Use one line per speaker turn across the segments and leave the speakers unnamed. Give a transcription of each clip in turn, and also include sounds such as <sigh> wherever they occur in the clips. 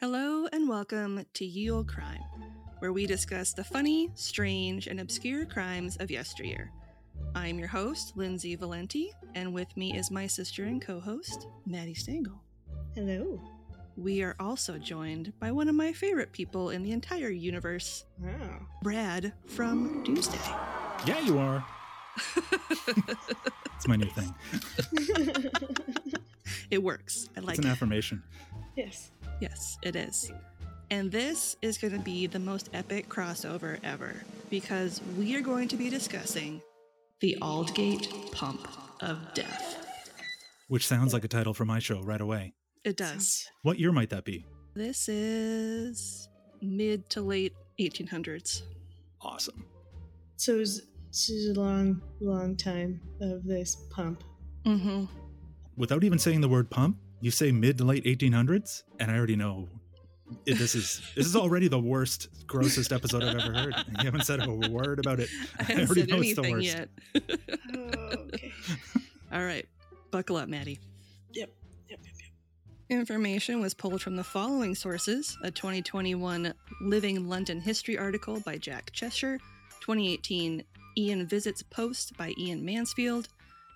Hello and welcome to Ye Olde Crime, where we discuss the funny, strange, and obscure crimes of yesteryear. I'm your host, Lindsay Valenti, and with me is my sister and co host, Maddie Stengel.
Hello.
We are also joined by one of my favorite people in the entire universe,
Wow.
Brad from Doomsday.
Yeah, you are. It's my new thing.
it works. I like
it's an
it.
affirmation.
yes.
Yes, it is. And this is going to be the most epic crossover ever because we are going to be discussing the Aldgate Pump of Death.
Which sounds like a title for my show right away.
It does.
What year might that be?
This is mid to late 1800s.
Awesome.
So it's, this is a long, long time of this pump.
Mm-hmm.
Without even saying the word pump, you say mid to late 1800s, and I already know it- this is this is already the worst, grossest episode I've ever heard. You haven't said a word about it.
<laughs> I
I
haven't
already
said
know it's the
anything
worst.
yet. <laughs>
okay.
All right, buckle up, Maddie.
Yep. Yep. Yep. Yep.
Information was pulled from the following sources a 2021 Living London History article by Jack Cheshire, 2018 Ian Visits Post by Ian Mansfield,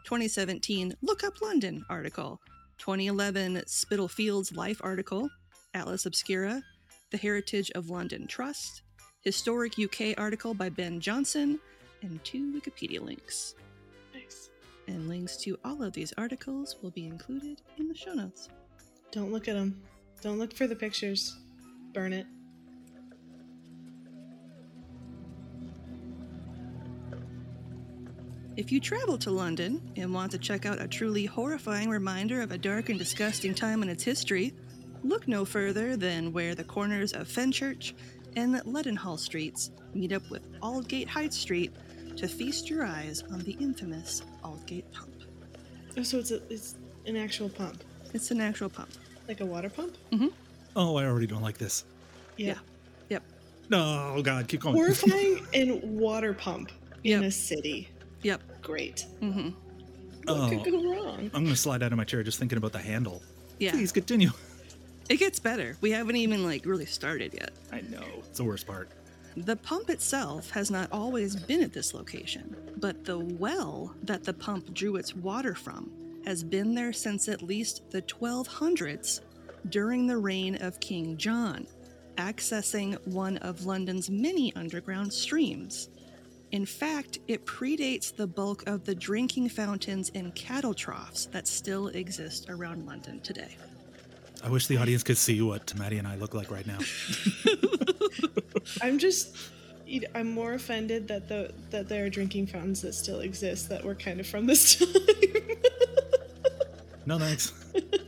2017 Look Up London article, 2011 Spitalfields Life article, Atlas Obscura, The Heritage of London Trust, Historic UK article by Ben Johnson, and two Wikipedia links.
Nice.
And links to all of these articles will be included in the show notes.
Don't look at them. Don't look for the pictures. Burn it.
If you travel to London and want to check out a truly horrifying reminder of a dark and disgusting time in its history, look no further than where the corners of Fenchurch and Leadenhall Streets meet up with Aldgate Hyde Street to feast your eyes on the infamous Aldgate Pump.
Oh, so it's a, it's an actual pump,
It's an actual pump.
like a water pump.
Oh, I already don't like this.
Mm-hmm. Yeah. Yep.
No, oh, God, keep going.
Horrifying
<laughs>
and water pump in
Yep.
a city.
Yep.
Great.
Mm-hmm.
What could
Oh.
go wrong?
<laughs> I'm gonna slide out of my chair just thinking about the handle.
Yeah.
Please continue.
It gets better. We haven't even like really started yet.
I know. It's the worst part.
The pump itself has not always been at this location, but the well that the pump drew its water from has been there since at least the 1200s during the reign of King John, accessing one of London's many underground streams. In fact, it predates the bulk of the drinking fountains and cattle troughs that still exist around London today.
I wish the audience could see what Maddie and I look like right now.
I'm just. you know, I'm more offended that the that there are drinking fountains that still exist that were kind of from this <laughs> time.
No thanks.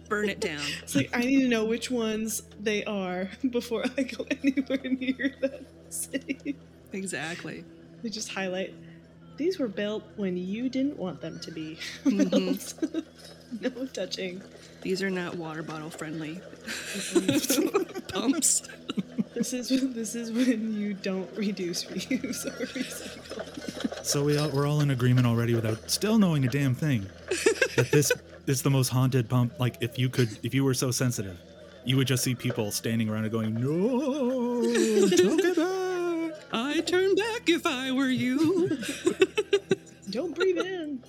Burn it down.
It's like I need to know which ones they are <laughs> before I go anywhere near that city.
exactly.
They just highlight these were built when you didn't want them to be <laughs>
Mhm.
built. no touching.
These are not water bottle friendly pumps.
This is <laughs> this is when you don't reduce, <laughs> reuse, or recycle.
So we all, we're all in agreement already without still knowing a damn thing that this is the most haunted pump. Like if you could, if you were so sensitive, you would just see people standing around and going, "No, don't get back."
I turn back if I were you.
Don't breathe in.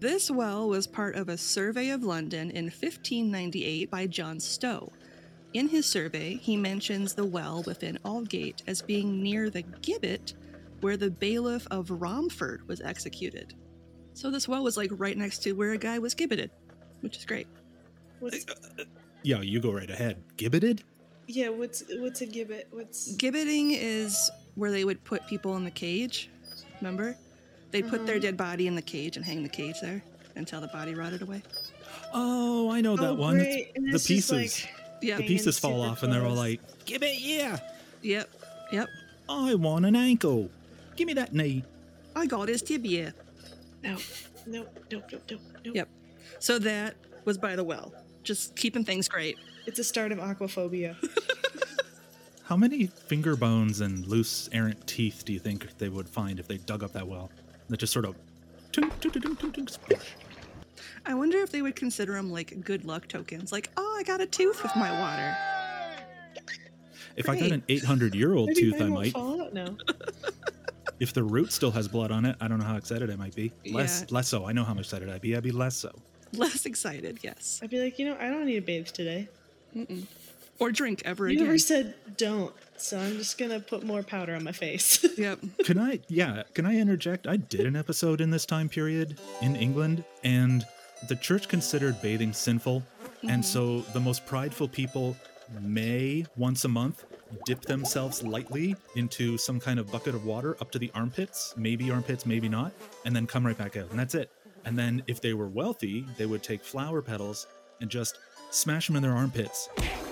this well was part of a survey of London in 1598 by John Stowe, In his survey, he mentions the well within Aldgate as being near the gibbet where the bailiff of Romford was executed. So this well was like right next to where a guy was gibbeted, which is great.
What's,
Yo, you go right ahead. Gibbeted?
yeah, what's what's a gibbet? What's
Gibbeting is where they would put people in the cage. Remember? They put their dead body in the cage and hang the cage there until the body rotted away.
Oh, I know that
Oh,
one. It's-
great, and
The
it's just, like,
pieces.
Yep.
the
hanging
pieces fall
super
off, and they're all
close.
like, "Gibbet, yeah.
Yep. Yep.
I want an ankle. Give me that knee."
I got his tibia.
no, no, no, no, no, no.
Yep. So that was by the well. Just keeping things great.
It's a start of aquaphobia.
How many finger bones and loose errant teeth do you think they would find if they dug up that well? That just sort of. tink, tink, tink, tink, tink, splash.
I wonder if they would consider them like good luck tokens. Like, oh, I got a tooth with my water. <laughs>
If I got
Great.
an 800 year old
Maybe
tooth,
mine
I
won't
might.
fall out now.
If the root still has blood on it, I don't know how excited I might be. Less,
Yeah.
less so. I know how much excited I'd be. I'd be less so.
Less excited, yes.
I'd be like, you know, I don't need to bathe today.
Mm-mm. Or drink ever
You never
again.
said don't, so I'm just gonna put more powder on my face. <laughs>
Yep.
Can I, yeah, can I interject? I did an episode in this time period in England, and the church considered bathing sinful. And so the most prideful people may, once a month, dip themselves lightly into some kind of bucket of water up to the armpits, maybe armpits, maybe not, and then come right back out. And that's it. And then if they were wealthy, they would take flower petals and just smash them in their armpits,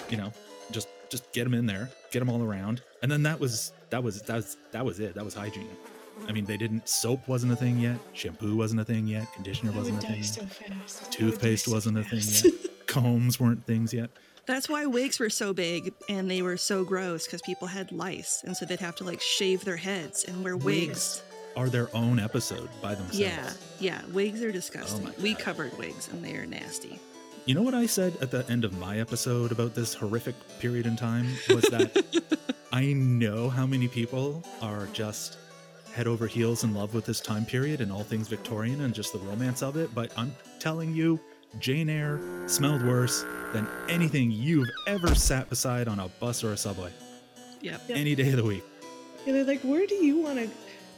you know, just just get them in there, get them all around, and then that was that was that was that was it. That was hygiene. I mean, they didn't. Soap wasn't a thing yet. Shampoo wasn't a thing yet. Conditioner
I would
wasn't a
die
thing.
so
yet.
fast. I would die
Toothpaste
so
wasn't a thing
fast.
yet. Combs weren't things yet.
That's why wigs were so big and they were so gross because people had lice. And so they'd have to like shave their heads and wear wigs.
Are their own episode by themselves.
Yeah. Yeah. Wigs are disgusting.
Oh
my
we
God.
covered wigs and they are nasty.
You know what I said at the end of my episode about this horrific period in time was that I know how many people are just head over heels in love with this time period and all things Victorian and just the romance of it, but I'm telling you, Jane Eyre smelled worse than anything you've ever sat beside on a bus or a subway
Yep.
Yep.
any day of the week.
And <laughs> they're like, where do you want to?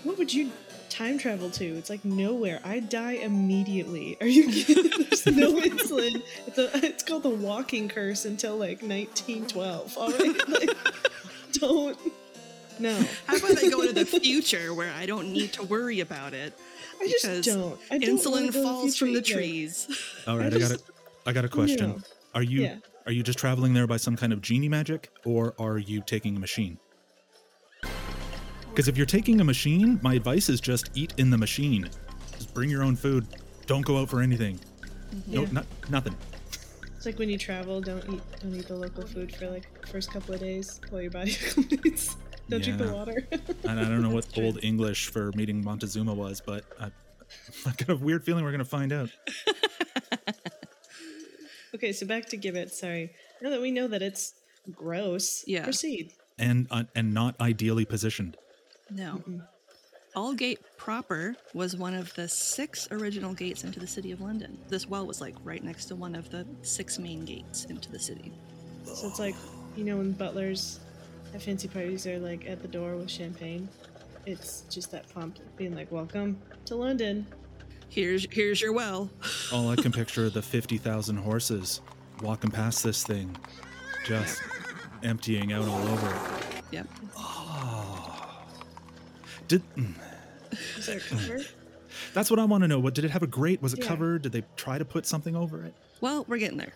What would you time travel to? It's like nowhere. I die immediately. <laughs> Are you kidding? There's
<laughs>
no insulin. It's, a, it's called the walking curse until like 1912. All right, <laughs> like, don't. No,
How about I go to the future where I don't need to worry about it?
<laughs> I just
Because
don't. I don't wanna
Insulin
go to
falls from the
future either.
trees. <laughs>
All right, I, got
I just-
a, I got a question.
No.
Are you
Yeah.
are you just traveling there by some kind of genie magic, or are you taking a machine? Because if you're taking a machine, my advice is just eat in the machine. Just bring your own food. Don't go out for anything. No,
Yeah.
not nothing.
It's like when you travel, don't eat don't eat the local food for like the first couple of days while your body <laughs> accommodates. Don't drink
Yeah.
the water. <laughs>
And I don't know what old English for meeting Montezuma was, but I, <laughs> I got a weird feeling we're gonna find out.
okay, so back to gibbet. Sorry. Now that we know that it's gross,
Yeah.
proceed.
And uh, and not ideally positioned.
No. Aldgate proper was one of the six original gates into the city of London. This well was like right next to one of the six main gates into the city.
So it's like you know when butlers at fancy parties are like at the door with champagne. It's just that pomp, being like, "Welcome to London."
Here's here's your well.
All I can picture are the 50,000 horses walking past this thing, just emptying out all over it.
Yep.
Did mm,
Is there a cover?
that's what I want to know. What did it have a grate? Was it
Yeah.
covered? Did they try to put something over it?
Well, we're getting there.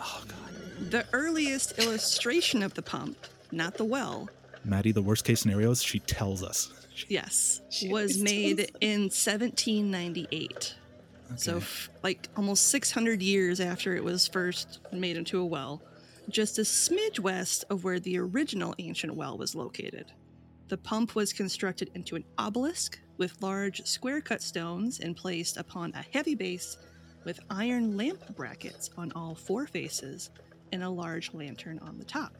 Oh god.
The earliest illustration of the pump, not the well,
Maddie, the worst case scenario is she tells us.
yes,
She
was
always
made
tells us.
in 1798. So,
Okay.
f- like almost 600 years after it was first made into a well, just a smidge west of where the original ancient well was located. The pump was constructed into an obelisk with large square cut stones and placed upon a heavy base with iron lamp brackets on all four faces and a large lantern on the top.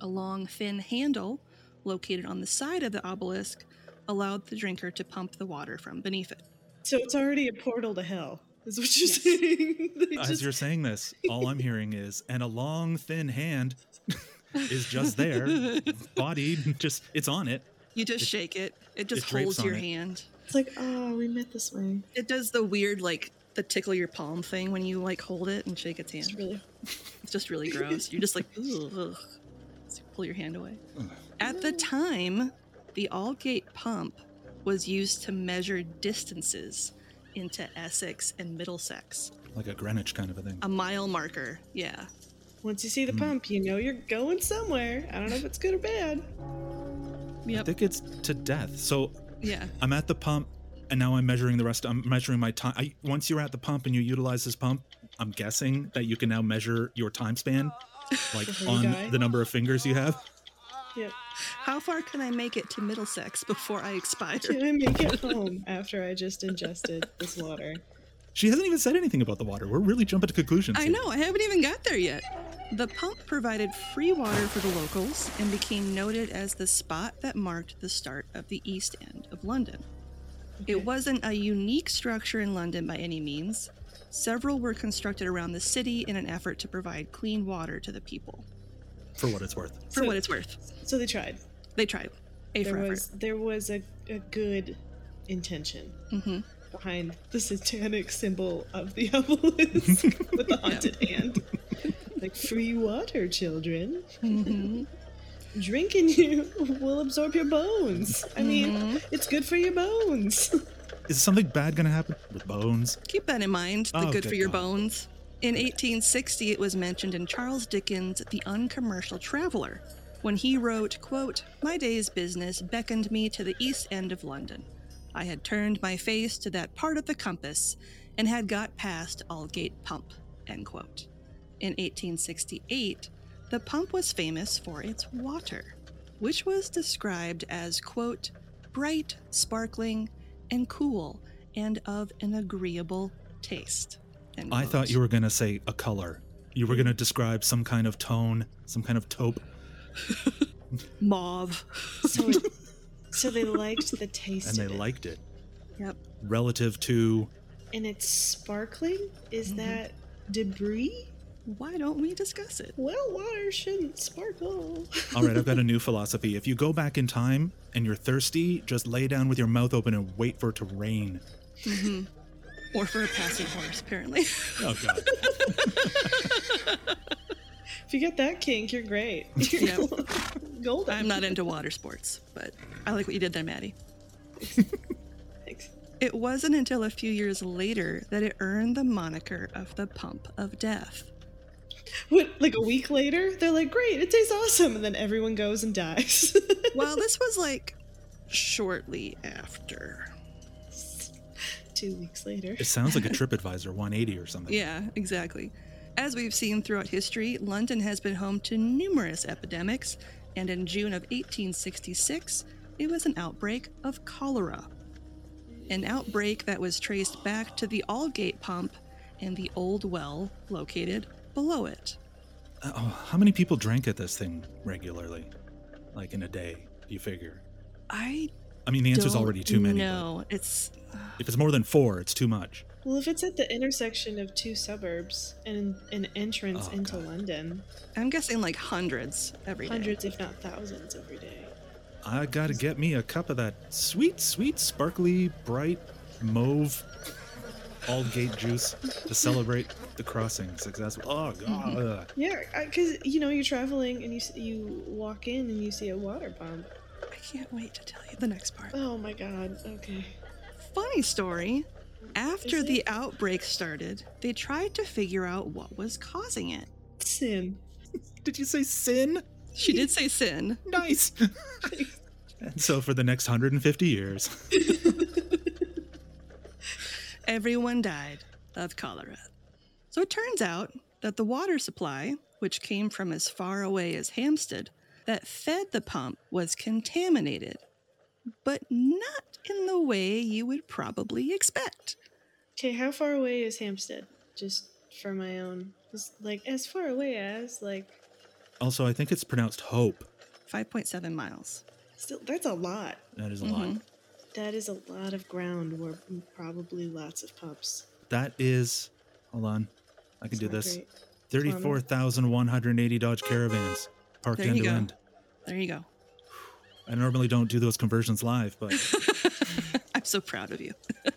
A long, thin handle located on the side of the obelisk allowed the drinker to pump the water from beneath it.
So it's already a portal to hell. Is what you're saying? <laughs> They
As
just-
you're saying this, all I'm hearing is, and a long thin hand <laughs> is just there, body just it's on it.
You just shake it. It just
it drapes
holds your
on it.
hand.
it's like, oh, we met this way.
It does the weird like the tickle your palm thing when you like hold it and shake its hand.
It's really
<laughs> It's just really gross. You're just
<laughs>
like, "Ooh, ugh. So you pull your hand away.
Mm.
At the time, the Allgate pump was used to measure distances into Essex and Middlesex.
Like a Greenwich kind of a thing.
A mile marker, yeah.
once you see
Hmm.
the pump, you know you're going somewhere. I don't know if it's good or bad.
I think it's to death. So
Yeah.
I'm at the pump and now I'm measuring the rest. I'm measuring my time. I, once you're at the pump and you utilize this pump, I'm guessing that you can now measure your time span, like
<laughs>
on
guy.
the number of fingers you have.
Yep.
How far can I make it to Middlesex before I
<laughs>
expire?
Can I make it home after I just ingested this water?
She hasn't even said anything about the water. We're really jumping to conclusions.
I
here.
know, I haven't even got there yet. The pump provided free water for the locals and became noted as the spot that marked the start of the East End of London. It wasn't a unique structure in London by any means. Several were constructed around the city in an effort to provide clean water to the people.
For what it's worth.
For
So-
what it's worth,
So they tried.
they tried. A for
There
effort.
was there was a, a good intention
Mm-hmm.
Mhm.
behind the satanic symbol of the <laughs> obelisk with the haunted hand. Like free water, children.
Mm-hmm.
<laughs> Drinking you will absorb your bones. I mean,
Mm-hmm.
it's good for your bones. <laughs>
Is something bad going to happen with bones?
Keep that in mind. The
Oh,
good
good
for your
God.
bones. In 1860, it was mentioned in Charles Dickens' The Uncommercial Traveler, when he wrote, quote, My day's business beckoned me to the east end of London. I had turned my face to that part of the compass and had got past Aldgate Pump, end quote. In 1868, the pump was famous for its water, which was described as, quote, bright, sparkling, and cool, and of an agreeable taste. end
I
quote.
thought you were going to say a color. You were going to describe some kind of tone, some kind of taupe.
mauve.
So, it, so they liked the taste
and they
of it.
liked it
Yep.
relative to
and it's sparkling. Is
Mm-hmm.
that debris?
Why don't we discuss it?
Well, water shouldn't sparkle. <laughs>
all right i've got a new philosophy if you go back in time and you're thirsty just lay down with your mouth open and wait for it to rain
Or for a passing horse, apparently. <laughs>
oh god
If you get that kink,
<laughs>
you're great. You're
Yep.
golden.
I'm not into water sports, but I like what you did there, Maddie.
Thanks.
It wasn't until a few years later that it earned the moniker of the Pump of Death.
What, like a week later, they're like, great, it tastes awesome. And then everyone goes and dies. <laughs>
Well, this was like shortly after.
Two weeks later.
it sounds like a tripadvisor 180 or something
Yeah, exactly. As we've seen throughout history, London has been home to numerous epidemics, and in June of 1866, it was an outbreak of cholera. An outbreak that was traced back to the Aldgate pump and the old well located below it.
oh, how many people drank at this thing regularly like in a day do you figure
I
i mean the answer's
don't
already too many but
No, it's
if it's more than four it's too much
Well, if it's at the intersection of two suburbs and an entrance
Oh,
into
God.
London,
I'm guessing like hundreds every day.
hundreds, if not thousands, every day.
i gotta get me a cup of that sweet sweet sparkly bright mauve Aldgate juice to celebrate the crossing successful. Oh god! <laughs> ugh.
Yeah, because you know you're traveling and you s- you walk in and you see a water pump.
I can't wait to tell you the next part.
Oh my god. Okay.
Funny story. After
Is it?
the outbreak started, they tried to figure out what was causing it.
Sin.
Did you say sin?
She did say sin.
Nice. <laughs> and so for the next 150 years,
Everyone died of cholera. So it turns out that the water supply, which came from as far away as Hampstead, that fed the pump was contaminated, but not in the way you would probably expect.
Okay, how far away is Hampstead? Just for my own, just, like as far away as like
also I think it's pronounced hope.
5.7 miles.
still that's a lot.
Mm-hmm.
That is a lot.
That is a lot of ground where probably lots of pumps.
That is, hold on, I can do
not
this.
great.
Thirty-four thousand one hundred eighty Dodge Caravans parked
There you
end to
go.
end.
There you go.
I normally don't do those conversions live, but
I'm so proud of you. <laughs>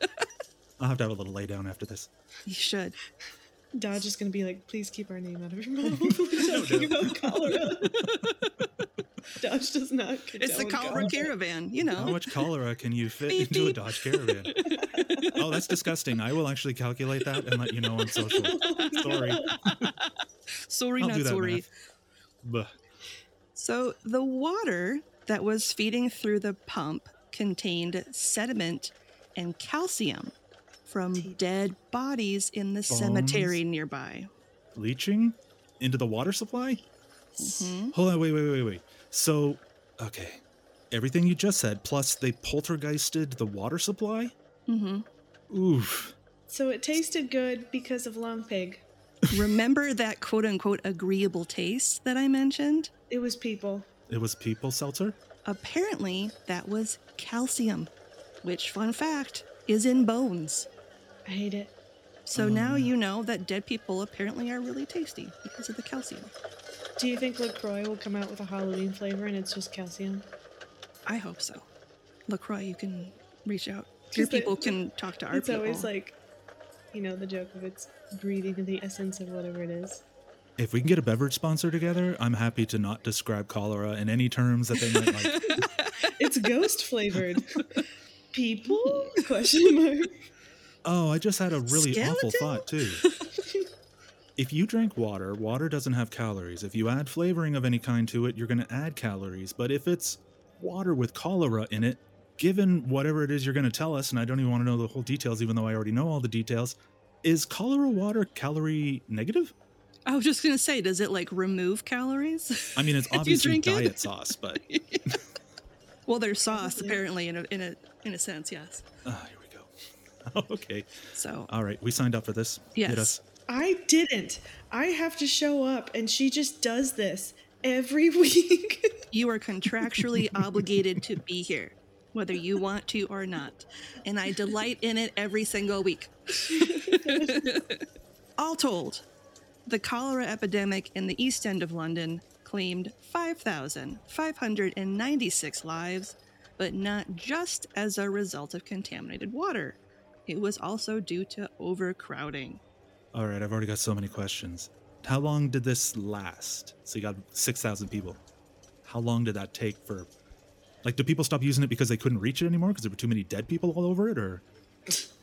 I'll have to have a little lay down after this.
You should.
Dodge is going to be like, please keep our name out of your <laughs> mouth. We're talking about cholera. <laughs> Dodge does not.
It's the
condone
Cholera Caravan, you
How
know.
much cholera can you fit
Beep,
into
beep.
a Dodge Caravan? oh, that's disgusting. I will actually calculate that and let you know
<laughs>
on social. Sorry,
Sorry,
I'll
not
do that.
sorry.
math. Bleh.
So the water that was feeding through the pump contained sediment and calcium from dead bodies in the cemetery nearby.
leaching into the water supply? Hold on, wait, wait, wait, wait. So, okay. Everything you just said, plus they poltergeisted the water supply?
hmm
Oof.
So it tasted good because of long pig.
Remember that quote unquote agreeable taste that I mentioned?
It was people.
It was people seltzer?
Apparently, that was calcium, which, fun fact, is in bones.
I hate it.
So now you know that dead people apparently are really tasty because of the calcium.
Do you think LaCroix will come out with a Halloween flavor and it's just calcium?
I hope so. LaCroix, you can reach out. Your
Just that-
people can talk to our
it's
people.
always like, you know, the joke of it's breathing the essence of whatever it is.
If we can get a beverage sponsor together, I'm happy to not describe cholera in any terms that they might like.
It's ghost
<laughs>
flavored. People? Question mark.
Oh, I just had a really awful
Skeleton?
thought, too.
<laughs>
if you drink water, water doesn't have calories. If you add flavoring of any kind to it, you're going to add calories. But if it's water with cholera in it, given whatever it is you're going to tell us, and I don't even want to know the whole details, even though I already know all the details, is cholera water calorie negative?
I was just gonna say, does it like remove calories? <laughs>
I mean, it's
If you
obviously
drink it?
diet sauce,
<laughs>
but
well, there's sauce apparently in a in a in a sense, yes.
Ah, here we go. <laughs> okay.
So
All right. We signed up for this. Hit
Yes.
us.
I didn't. I have to show up, and she just does this every <laughs> week.
you are contractually obligated to be here, whether you want to or not, and I delight in it every single week. All told, the cholera epidemic in the East End of London claimed 5,596 lives, but not just as a result of contaminated water. It was also due to overcrowding.
All right, I've already got so many questions. How long did this last? So you got 6,000 people. How long did that take for. Like, do people stop using it because they couldn't reach it anymore because there were too many dead people all over it? Or.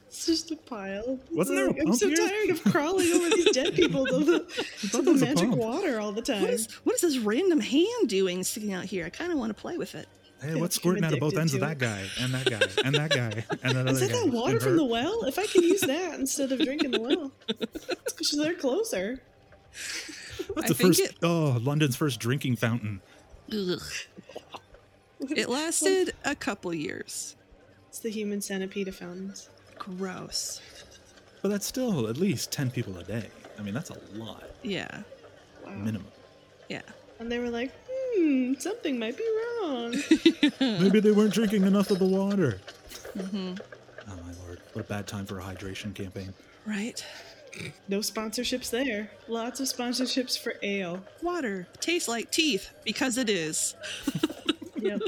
It's just a pile. It's
Wasn't there a
like, I'm
pump
so
here?
tired of crawling over these dead people to the,
<laughs>
to the
was a
magic
pump.
water all the time.
What is, what is this random hand doing sticking out here? I kind of want to play with it.
Hey, what's
I'm
squirting out of both
addicted
ends of
to
that
it.
guy and that guy and that guy and
<laughs>
that other
Is that
guy?
that water
and
from
her?
the well? If I could use that instead of drinking
<laughs>
the well, it's 'cause they're closer.
That's
I
the
think
first. Oh, London's first drinking fountain.
Ugh. It lasted a couple years.
It's the human centipede of fountains.
Gross.
But that's still at least 10 people a day. I mean, that's a lot,
Yeah.
Wow.
minimum.
Yeah.
And they were like, hmm, something might be wrong.
<laughs>
Hmm.
Maybe they weren't drinking enough of the water.
Mm-hmm.
Oh, my lord. What a bad time for a hydration campaign.
Right?
no sponsorships there. Lots of sponsorships for ale.
Water tastes like teeth because it is.
<laughs>
Yep.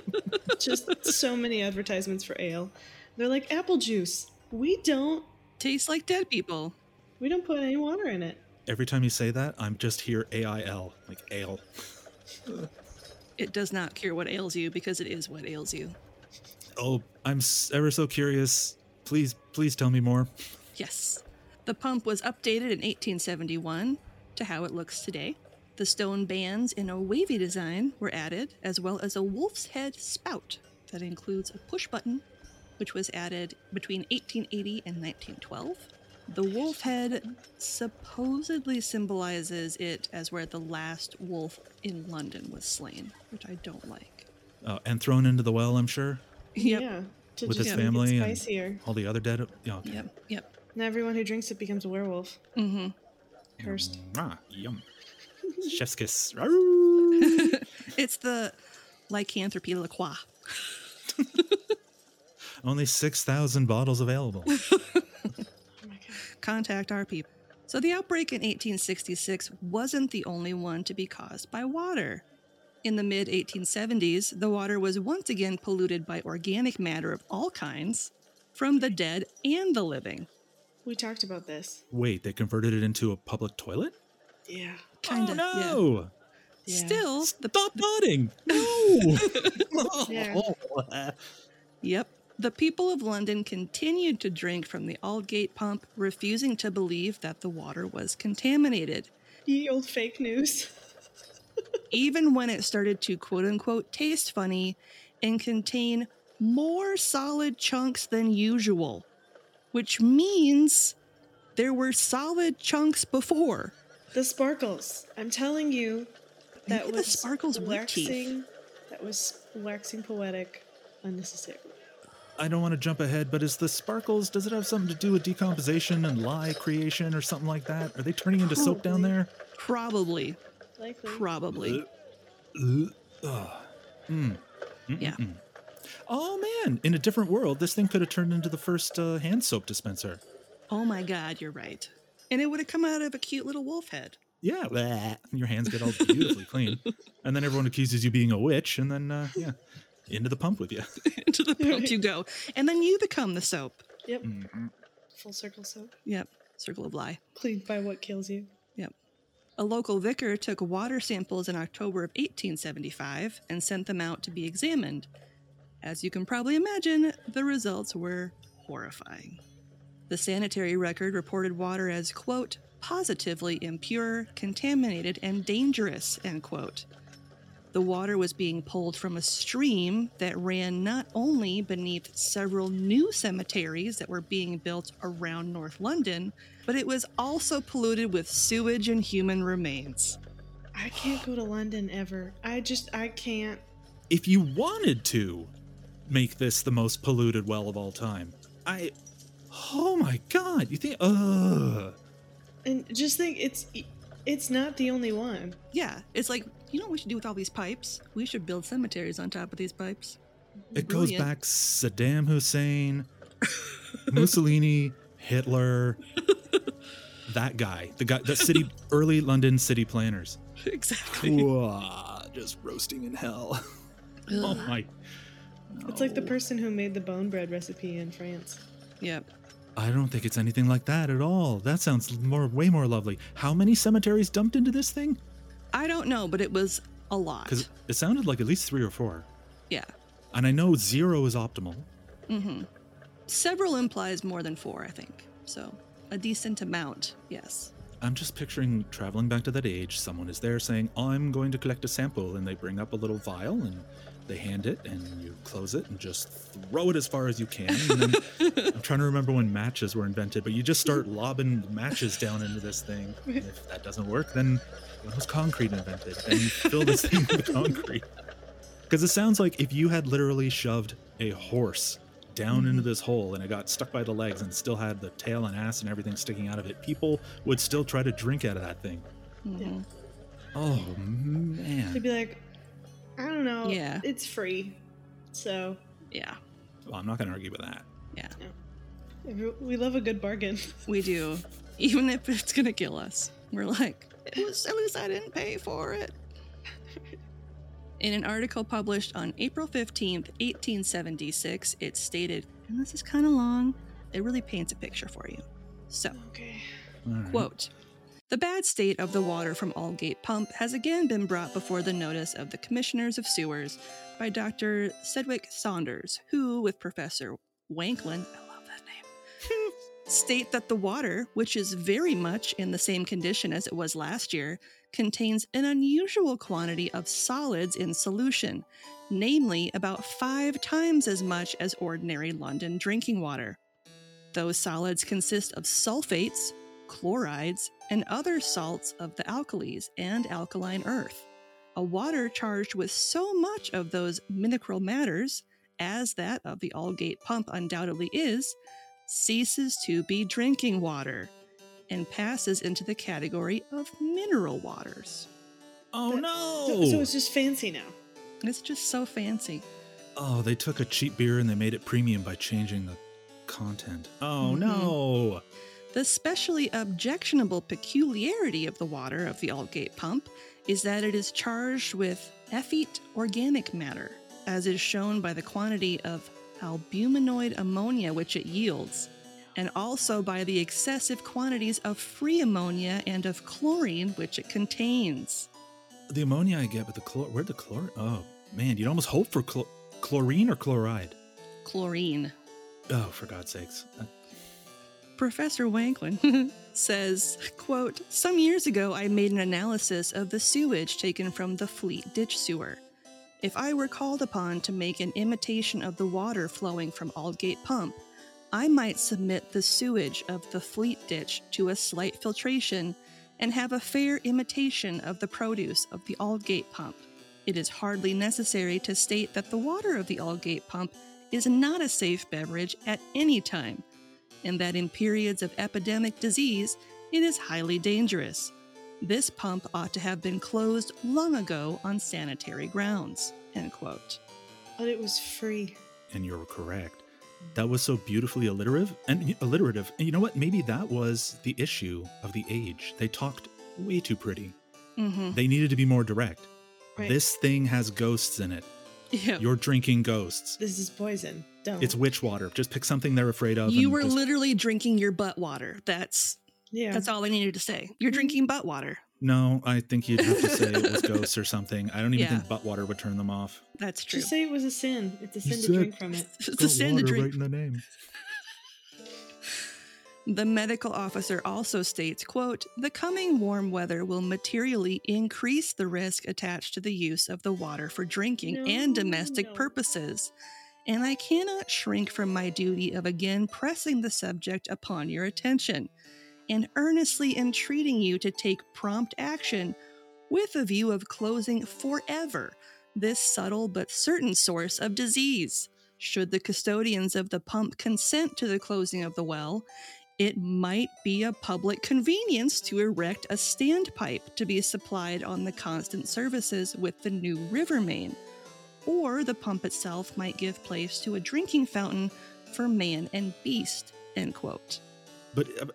Just so many advertisements for ale. They're like apple juice. We don't.
Tastes like dead people.
We don't put any water in it.
Every time you say that, I'm just here AIL, like ale.
It does not cure what ails you because it is what ails you.
Oh, I'm s- ever so curious. Please, please tell me more.
Yes. The pump was updated in 1871 to how it looks today. The stone bands in a wavy design were added, as well as a wolf's head spout that includes a push button, which was added between 1880 and 1912. The wolf head supposedly symbolizes it as where the last wolf in London was slain, which I don't like.
Oh, and thrown into the well, I'm sure,
Yep.
Yeah. To
with his
make it
family and
spicier.
all the other dead. Yeah. okay.
Yep. Yep.
And everyone who drinks it becomes a werewolf.
Mm-hmm.
Cursed.
Ah,
<laughs>
yum. Chef's kiss. Rawr.
It's the lycanthropy la croix. <laughs>
Only six thousand bottles available.
Oh my god.
Contact our people. So the outbreak in 1866 wasn't the only one to be caused by water. In the mid 1870s, the water was once again polluted by organic matter of all kinds from the dead and the living.
We talked about this.
Wait, they converted it into a public toilet?
Yeah.
Kinda,
oh,
yeah.
no!
Yeah.
Still, the,
Stop
<laughs>
nodding! No!
Yeah.
Oh.
yep, the people of London continued to drink from the Aldgate pump, refusing to believe that the water was contaminated,
Ye old fake news.
even when it started to quote unquote taste funny and contain more solid chunks than usual, which means there were solid chunks before.
The sparkles. I'm telling you, that
Maybe the
was
sparkles were teeth.
waxing. That was waxing poetic, unnecessary.
I don't want to jump ahead, but is the sparkles, does it have something to do with decomposition and lye creation or something like that? Are they turning into soap down there?
Probably,
Likely.
probably.
Ugh. Ugh. Uh, Mm. Mm,
Yeah.
mm, mm. Oh man, in a different world, this thing could have turned into the first uh, hand soap dispenser.
Oh my god, you're right. And it would have come out of a cute little wolf head. <laughs>
Yeah, blah. your hands get all beautifully clean, and then everyone accuses you being a witch, and then uh, yeah, into the pump with you.
Into
<laughs>
the pump you go. And then you become the soap.
Yep.
Mm.
Full circle soap.
Yep. Circle of lie.
Cleaned by what kills you.
A local vicar took water samples in October of 1875 and sent them out to be examined. As you can probably imagine, the results were horrifying. The sanitary record reported water as, quote, positively impure, contaminated, and dangerous, end quote. The water was being pulled from a stream that ran not only beneath several new cemeteries that were being built around North London, but it was also polluted with sewage and human remains.
I can't go to London ever. I just I can't.
If you wanted to make this the most polluted well of all time, I. Oh my god, you think? Ugh.
And just think, it's it's not the only one.
Yeah, it's like, you know what we should do with all these pipes? We should build cemeteries on top of these pipes.
It goes
Brilliant.
back Saddam Hussein, Mussolini, Hitler, that guy, the guy, the city, early London city planners.
<laughs> Exactly.
Wah, ah, Just roasting in hell. <laughs> Oh
Ugh.
my.
It's like the person who made the bone bread recipe in France.
Yep.
I don't think it's anything like that at all. That sounds more, way more lovely. How many cemeteries dumped into this thing?
I don't know, but it was a lot.
Because it sounded like at least three or four.
Yeah.
And I know zero is optimal.
Mm-hmm. Several implies more than four, I think. So a decent amount, yes.
I'm just picturing traveling back to that age. Someone is there saying, I'm going to collect a sample. And they bring up a little vial and they hand it and you close it and just throw it as far as you can. And then I'm trying to remember when matches were invented, but you just start lobbing matches down into this thing. And if that doesn't work, then when was concrete invented? Then you fill this thing with concrete. Because it sounds like if you had literally shoved a horse down into this hole and it got stuck by the legs and still had the tail and ass and everything sticking out of it, people would still try to drink out of that thing.
Mm-hmm.
Mhm.
Oh
They'd
man!
be like, I don't know.
Yeah.
It's free, so
Yeah,
Well, I'm not gonna argue with that.
every- we love a good bargain. <laughs>
we do. Even if it's going to kill us, we're like, it was, at least I didn't pay for it. In an article published on April 15th, 1876, it stated, and this is kind of long, it really paints a picture for you. So, <laughs>
Okay.
All right.
Quote The bad state of the water from Aldgate Pump has again been brought before the notice of the Commissioners of Sewers by Dr. Sedgwick Saunders, who, with Professor Wanklin, I love that name, state that the water, which is very much in the same condition as it was last year, contains an unusual quantity of solids in solution, namely about five times as much as ordinary London drinking water. Those solids consist of sulfates, chlorides, and other salts of the alkalis and alkaline earth. A water charged with so much of those mineral matters, as that of the Aldgate pump undoubtedly is, ceases to be drinking water and passes into the category of mineral waters.
Oh
That-
no!
So, so it's just fancy now.
It's just so fancy.
oh, they
Mm-hmm.
took a cheap beer and they made it premium by changing the content. Oh no!
The specially objectionable peculiarity of the water of the Altgate pump is that it is charged with effete organic matter, as is shown by the quantity of albuminoid ammonia which it yields, and also by the excessive quantities of free ammonia and of chlorine which it contains.
The ammonia I get, but the chlor. Where'd the chlor? Oh, man, you'd almost hope for chlor- chlorine or chloride.
Chlorine.
Oh, for God's sakes. Uh,
Professor Wanklin <laughs> says, quote, Some years ago I made an analysis of the sewage taken from the Fleet Ditch sewer. If I were called upon to make an imitation of the water flowing from Aldgate Pump, I might submit the sewage of the Fleet Ditch to a slight filtration and have a fair imitation of the produce of the Aldgate Pump. It is hardly necessary to state that the water of the Aldgate Pump is not a safe beverage at any time, and that in periods of epidemic disease, it is highly dangerous. This pump ought to have been closed long ago on sanitary grounds. End quote.
But it was free.
and you're correct. That was so beautifully alliterative and alliterative. And you know what? Maybe that was the issue of the age. They talked way too pretty.
Mm-hmm.
They needed to be more direct.
Right.
This thing has ghosts in it.
Yeah.
You're drinking ghosts.
This is poison. Don't.
It's witch water. Just pick something they're afraid of.
You
and
were
just-
literally drinking your butt water. That's
yeah.
that's all I needed to say. You're drinking butt water.
no. I think you'd have to say
<laughs>
it was ghosts or something. I don't even
Yeah.
think butt water would turn them off.
That's true.
Just say it was a sin. It's a
You
sin to
said-
drink from it.
<laughs> It's a sin to drink.
in the name.
The medical officer also states, quote, "The coming warm weather will materially increase the risk attached to the use of the water for drinking and
No,
domestic
no.
purposes, and I cannot shrink from my duty of again pressing the subject upon your attention and earnestly entreating you to take prompt action with a view of closing forever this subtle but certain source of disease. Should the custodians of the pump consent to the closing of the well, it might be a public convenience to erect a standpipe to be supplied on the constant services with the new river main, or the pump itself might give place to a drinking fountain for man and beast. End quote.
But uh,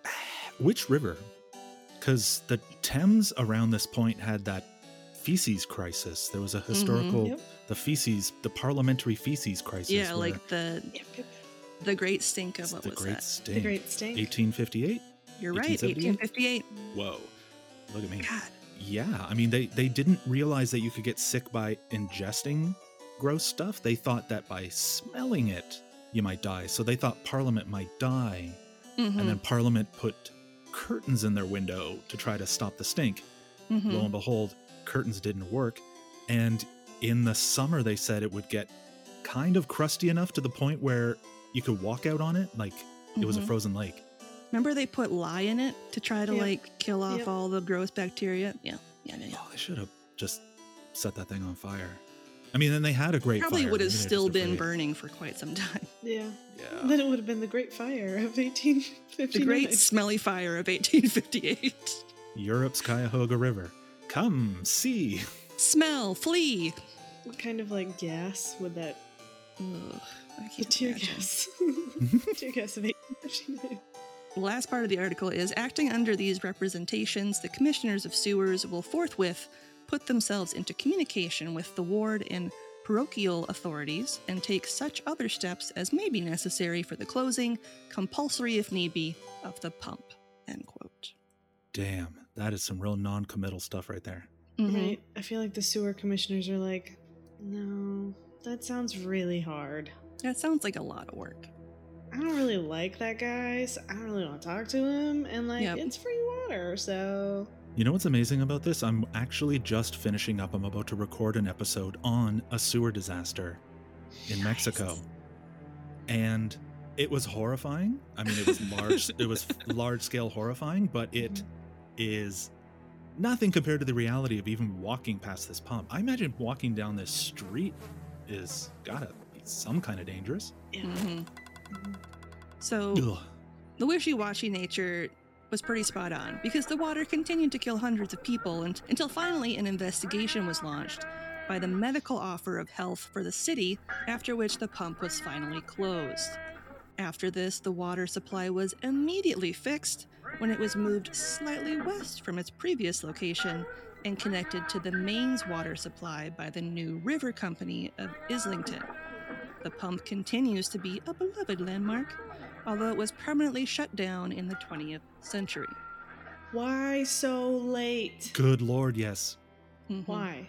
which river? Because the Thames around this point had that feces crisis. There was a
Mm-hmm.
historical,
Yep.
the feces, the parliamentary feces crisis.
yeah,
where
like the
Yep, yep.
the great stink
it's
of what
the
was
Great
that?
Stink.
The great stink.
1858.
You're right,
1878?
1858.
Whoa, look at me.
God,
Yeah, I mean they they didn't realize that you could get sick by ingesting gross stuff. They thought that by smelling it you might die. So they thought Parliament might die.
Mhm.
and then Parliament put curtains in their window to try to stop the stink.
Mhm.
Lo and behold, curtains didn't work. And in the summer, they said it would get kind of crusty enough to the point where you could walk out on it like it was a
Mhm.
frozen lake.
Remember they put lye in it to try to
Yep.
like kill off
Yep.
all the gross bacteria. Yeah, yeah, yeah. yeah.
Oh, they should have just set that thing on fire. I mean, then they had a great
Probably
fire.
would have
Maybe they're
still
just
been
afraid.
burning for quite some time.
Yeah.
Yeah.
Then it would have been the Great Fire of 1859.
The great smelly fire of 1858.
Europe's Cuyahoga River. Come see.
Smell, flee.
What kind of like gas would that?
Ugh, I
The
can't
tear
imagine.
<laughs>
gas. <laughs> tear gas of 1859.
The last part of the article is acting under these representations, the commissioners of sewers will forthwith put themselves into communication with the ward and parochial authorities and take such other steps as may be necessary for the closing, compulsory if need be, of the pump. End quote.
Damn, that is some real non committal stuff right there.
Mhm.
Right. I feel like the sewer commissioners are like, no, that sounds really hard.
That sounds like a lot of work.
I don't really like that guy, so I don't really want to talk to him. And like,
Yep.
it's free water, so
You know what's amazing about this? I'm actually just finishing up. I'm about to record an episode on a sewer disaster in Mexico. And it was horrifying. I mean, it was large it was large scale horrifying, but it is nothing compared to the reality of even walking past this pump. I imagine walking down this street is gotta be some kind of dangerous.
Mhm. So.
Ugh.
The wishy washy nature was pretty spot on because the water continued to kill hundreds of people and, until finally an investigation was launched by the Medical Offer of Health for the city, after which the pump was finally closed. After this, the water supply was immediately fixed when it was moved slightly west from its previous location and connected to the mains water supply by the new river company of Islington. The pump continues to be a beloved landmark, although it was permanently shut down in the 20th century.
Why so late? Mm-hmm.
Good lord, yes.
Mhm.
Why?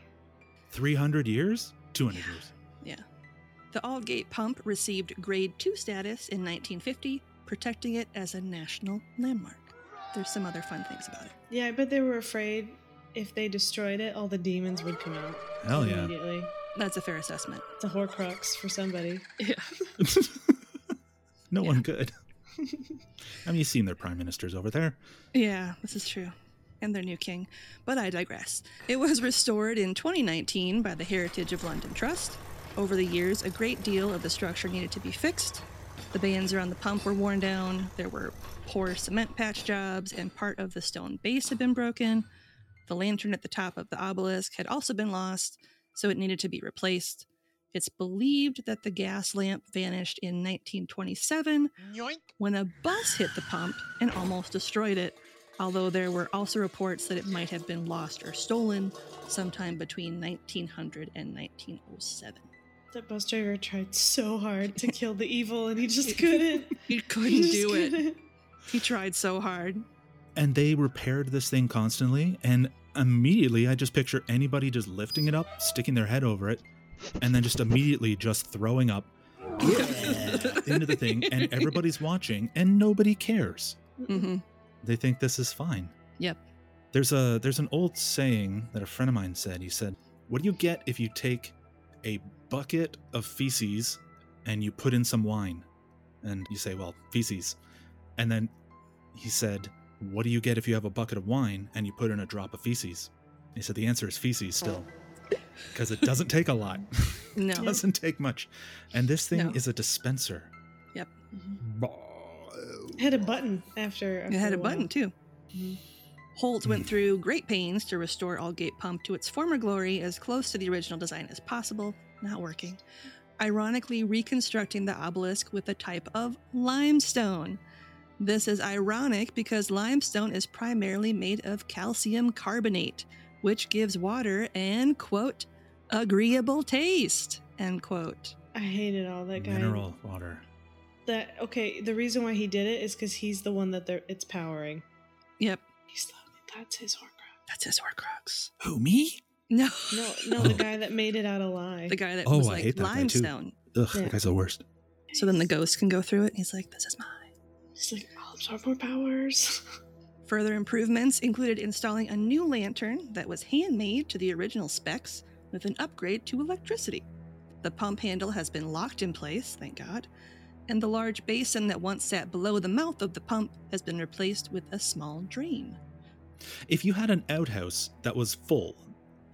300 years? 200 years.
The Aldgate pump received Grade 2 status in 1950, protecting it as a national landmark. There's some other fun things about it.
Yeah, I bet they were afraid if they destroyed it, all the demons would come out.
Hell yeah.
Immediately.
That's a fair assessment.
It's a horcrux for somebody.
Yeah.
no
Yeah.
one could. I mean, you've seen their prime ministers over there.
Yeah, this is true. And their new king. But I digress. It was restored in 2019 by the Heritage of London Trust. Over the years, a great deal of the structure needed to be fixed. The bands around the pump were worn down, there were poor cement patch jobs, and part of the stone base had been broken. The lantern at the top of the obelisk had also been lost, so it needed to be replaced. It's believed that the gas lamp vanished in 1927 when a bus hit the pump and almost destroyed it, although there were also reports that it might have been lost or stolen sometime between 1900 and 1907.
That bus driver tried so hard to kill the evil and he
<laughs>
just couldn't.
He
He
couldn't
<laughs> just
do it.
couldn't.
He tried so hard.
And they repaired this thing constantly. And immediately, I just picture anybody just lifting it up, sticking their head over it, and then just immediately just throwing up into the thing. And everybody's watching, and nobody cares.
hmm
They think this is fine.
Yep.
There's a there's an old saying that a friend of mine said. He said, "What do you get if you take a bucket of feces and you put in some wine?" And you say, "Well, feces." And then he said, "What do you get if you have a bucket of wine and you put in a drop of feces?" And he said, "The answer is feces
<laughs>
still." Because it doesn't take a lot.
No.
it doesn't take much. And this thing
No.
is a dispenser.
Yep.
It had a button after.
It had
after
a
while.
button too.
Mhm.
Holt went through great pains to restore Aldgate Pump to its former glory as close to the original design as possible, not working. Ironically, reconstructing the obelisk with a type of limestone. This is ironic because limestone is primarily made of calcium carbonate, which gives water an, quote, agreeable taste, end quote.
I hated all that guy.
Mineral water.
That okay. The reason why he did it is because he's the one that they're, it's powering.
Yep,
He's the, that's his horcrux.
that's his Horcrux.
Who me?
No,
No,
<laughs>
no, the guy that made it out alive.
the guy that
Oh,
was
I
like
hate that guy, too.
limestone.
Ugh,
Yeah.
that guy's the worst.
So then the ghost can go through it. And he's like, this is mine.
He's like, I'll absorb more powers. <laughs>
Further improvements included installing a new lantern that was handmade to the original specs with an upgrade to electricity. The pump handle has been locked in place, thank God, and the large basin that once sat below the mouth of the pump has been replaced with a small drain.
if you had an outhouse that was full,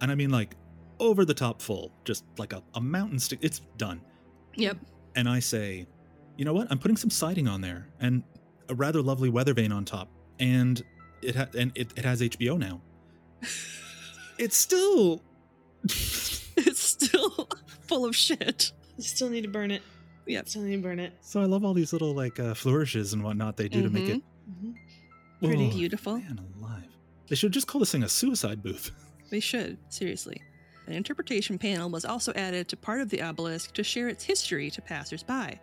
and I mean like over the top full, just like a, a mountain stick, it's done.
Yep.
And I say, you know what? I'm putting some siding on there and a rather lovely weather vane on top, and it ha- and it, it has HBO
<laughs>
now. it's still
<laughs> It's still <laughs> full of shit.
Still need to burn it.
Yep.
Still need to burn it.
so I love all these little like uh, flourishes and whatnot they do to make it
Mhm.
Mm-hmm. Pretty beautiful.
Man alive! They should just call this thing a suicide booth.
They should, seriously. An interpretation panel was also added to part of the obelisk to share its history to passersby.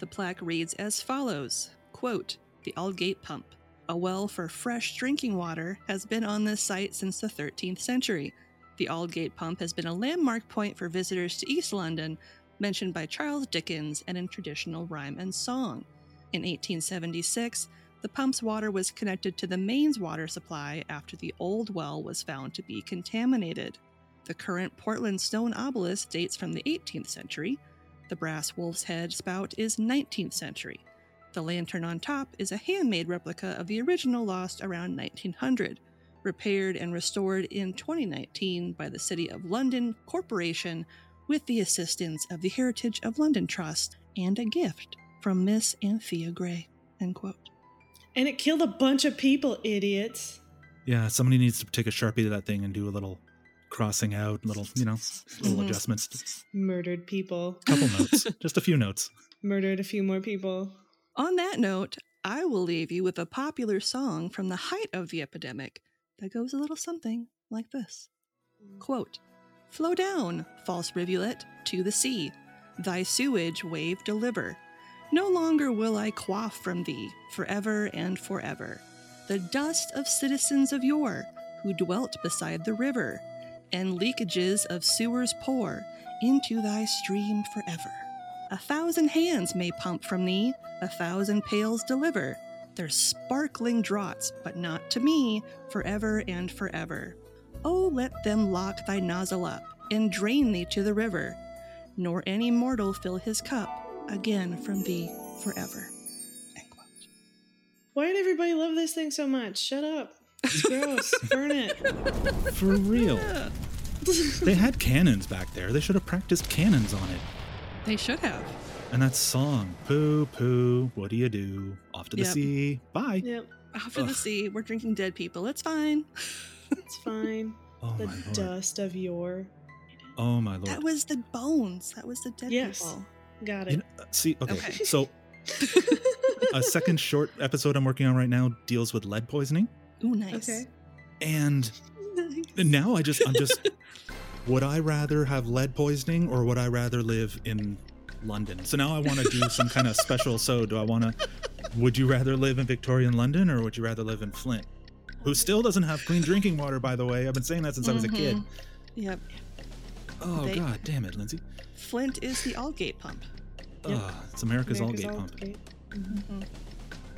The plaque reads as follows quote, The Aldgate Pump, a well for fresh drinking water, has been on this site since the 13th century. The Aldgate Pump has been a landmark point for visitors to East London, mentioned by Charles Dickens and in traditional rhyme and song. In 1876, the pump's water was connected to the mains water supply after the old well was found to be contaminated. The current Portland stone obelisk dates from the 18th century. The brass wolf's head spout is 19th century. The lantern on top is a handmade replica of the original lost around 1900, repaired and restored in 2019 by the City of London Corporation with the assistance of the Heritage of London Trust and a gift from Miss Anthea Gray. End quote.
And it killed a bunch of people, idiots.
Yeah, somebody needs to take a sharpie to that thing and do a little crossing out, little you know, little
Mhm.
adjustments.
Murdered people.
Couple
<laughs>
notes, just a few notes.
Murdered a few more people.
On that note, I will leave you with a popular song from the height of the epidemic that goes a little something like this Quote, Flow down, false rivulet, to the sea, thy sewage wave deliver. No longer will I quaff from thee, forever and forever. The dust of citizens of yore, who dwelt beside the river, and leakages of sewers pour into thy stream forever. A thousand hands may pump from thee, a thousand pails deliver. Their sparkling draughts, but not to me, forever and forever. Oh, let them lock thy nozzle up, and drain thee to the river, nor any mortal fill his cup again from thee forever. End quote.
Why did everybody love this thing so much? Shut up.
<laughs>
It's gross. Burn it.
For
<laughs>
real, they had cannons back there. They should have practiced cannons on it.
They should have.
And that song, poo poo, what do you do? Off to the
Yep.
sea, bye.
Yep.
After the
Ugh.
sea, we're drinking dead people. It's fine.
It's fine.
Oh
the
my lord.
dust of yore.
Oh my lord.
That was the bones. That was the dead
Yes.
people.
Got
You
it.
know, uh, see, okay,
Okay. <laughs>
so a second short episode I'm working on right now deals with lead poisoning,
Ooh, nice.
Okay.
and now I just I'm just would I rather have lead poisoning or would I rather live in London? So now I want to do some kind of special. So do I want to? Would you rather live in Victorian London or would you rather live in Flint? Who still doesn't have clean drinking water, by the way. I've been saying that since I was a kid.
<laughs> Yep.
Oh
They-
god, damn it, Lindsay!
Flint is the Allgate pump.
Ugh, it's America's,
America's
all gate
all
pump.
gate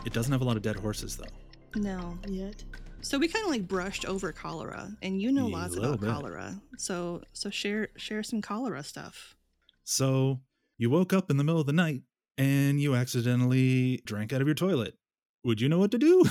It doesn't have a lot of dead horses though.
No.
Yet.
So we kind of like brushed over cholera, and you know
Yeah, a
lots
little
about
bit.
cholera. So so share share some cholera stuff.
So you woke up in the middle of the night and you accidentally drank out of your toilet. Would you know what to do?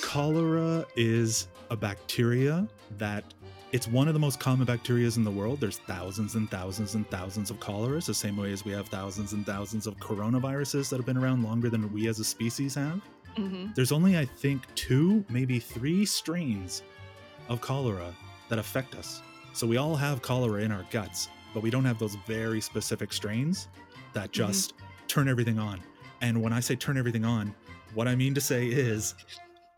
Cholera is a bacteria that it's one of the most common bacterias in the world. There's thousands and thousands and thousands of choleras, the same way as we have thousands and thousands of coronaviruses that have been around longer than we as a species have.
Mm-hmm.
There's only, I think, two, maybe three strains of cholera that affect us. So we all have cholera in our guts, but we don't have those very specific strains that just turn everything on. And when I say turn everything on, what I mean to say is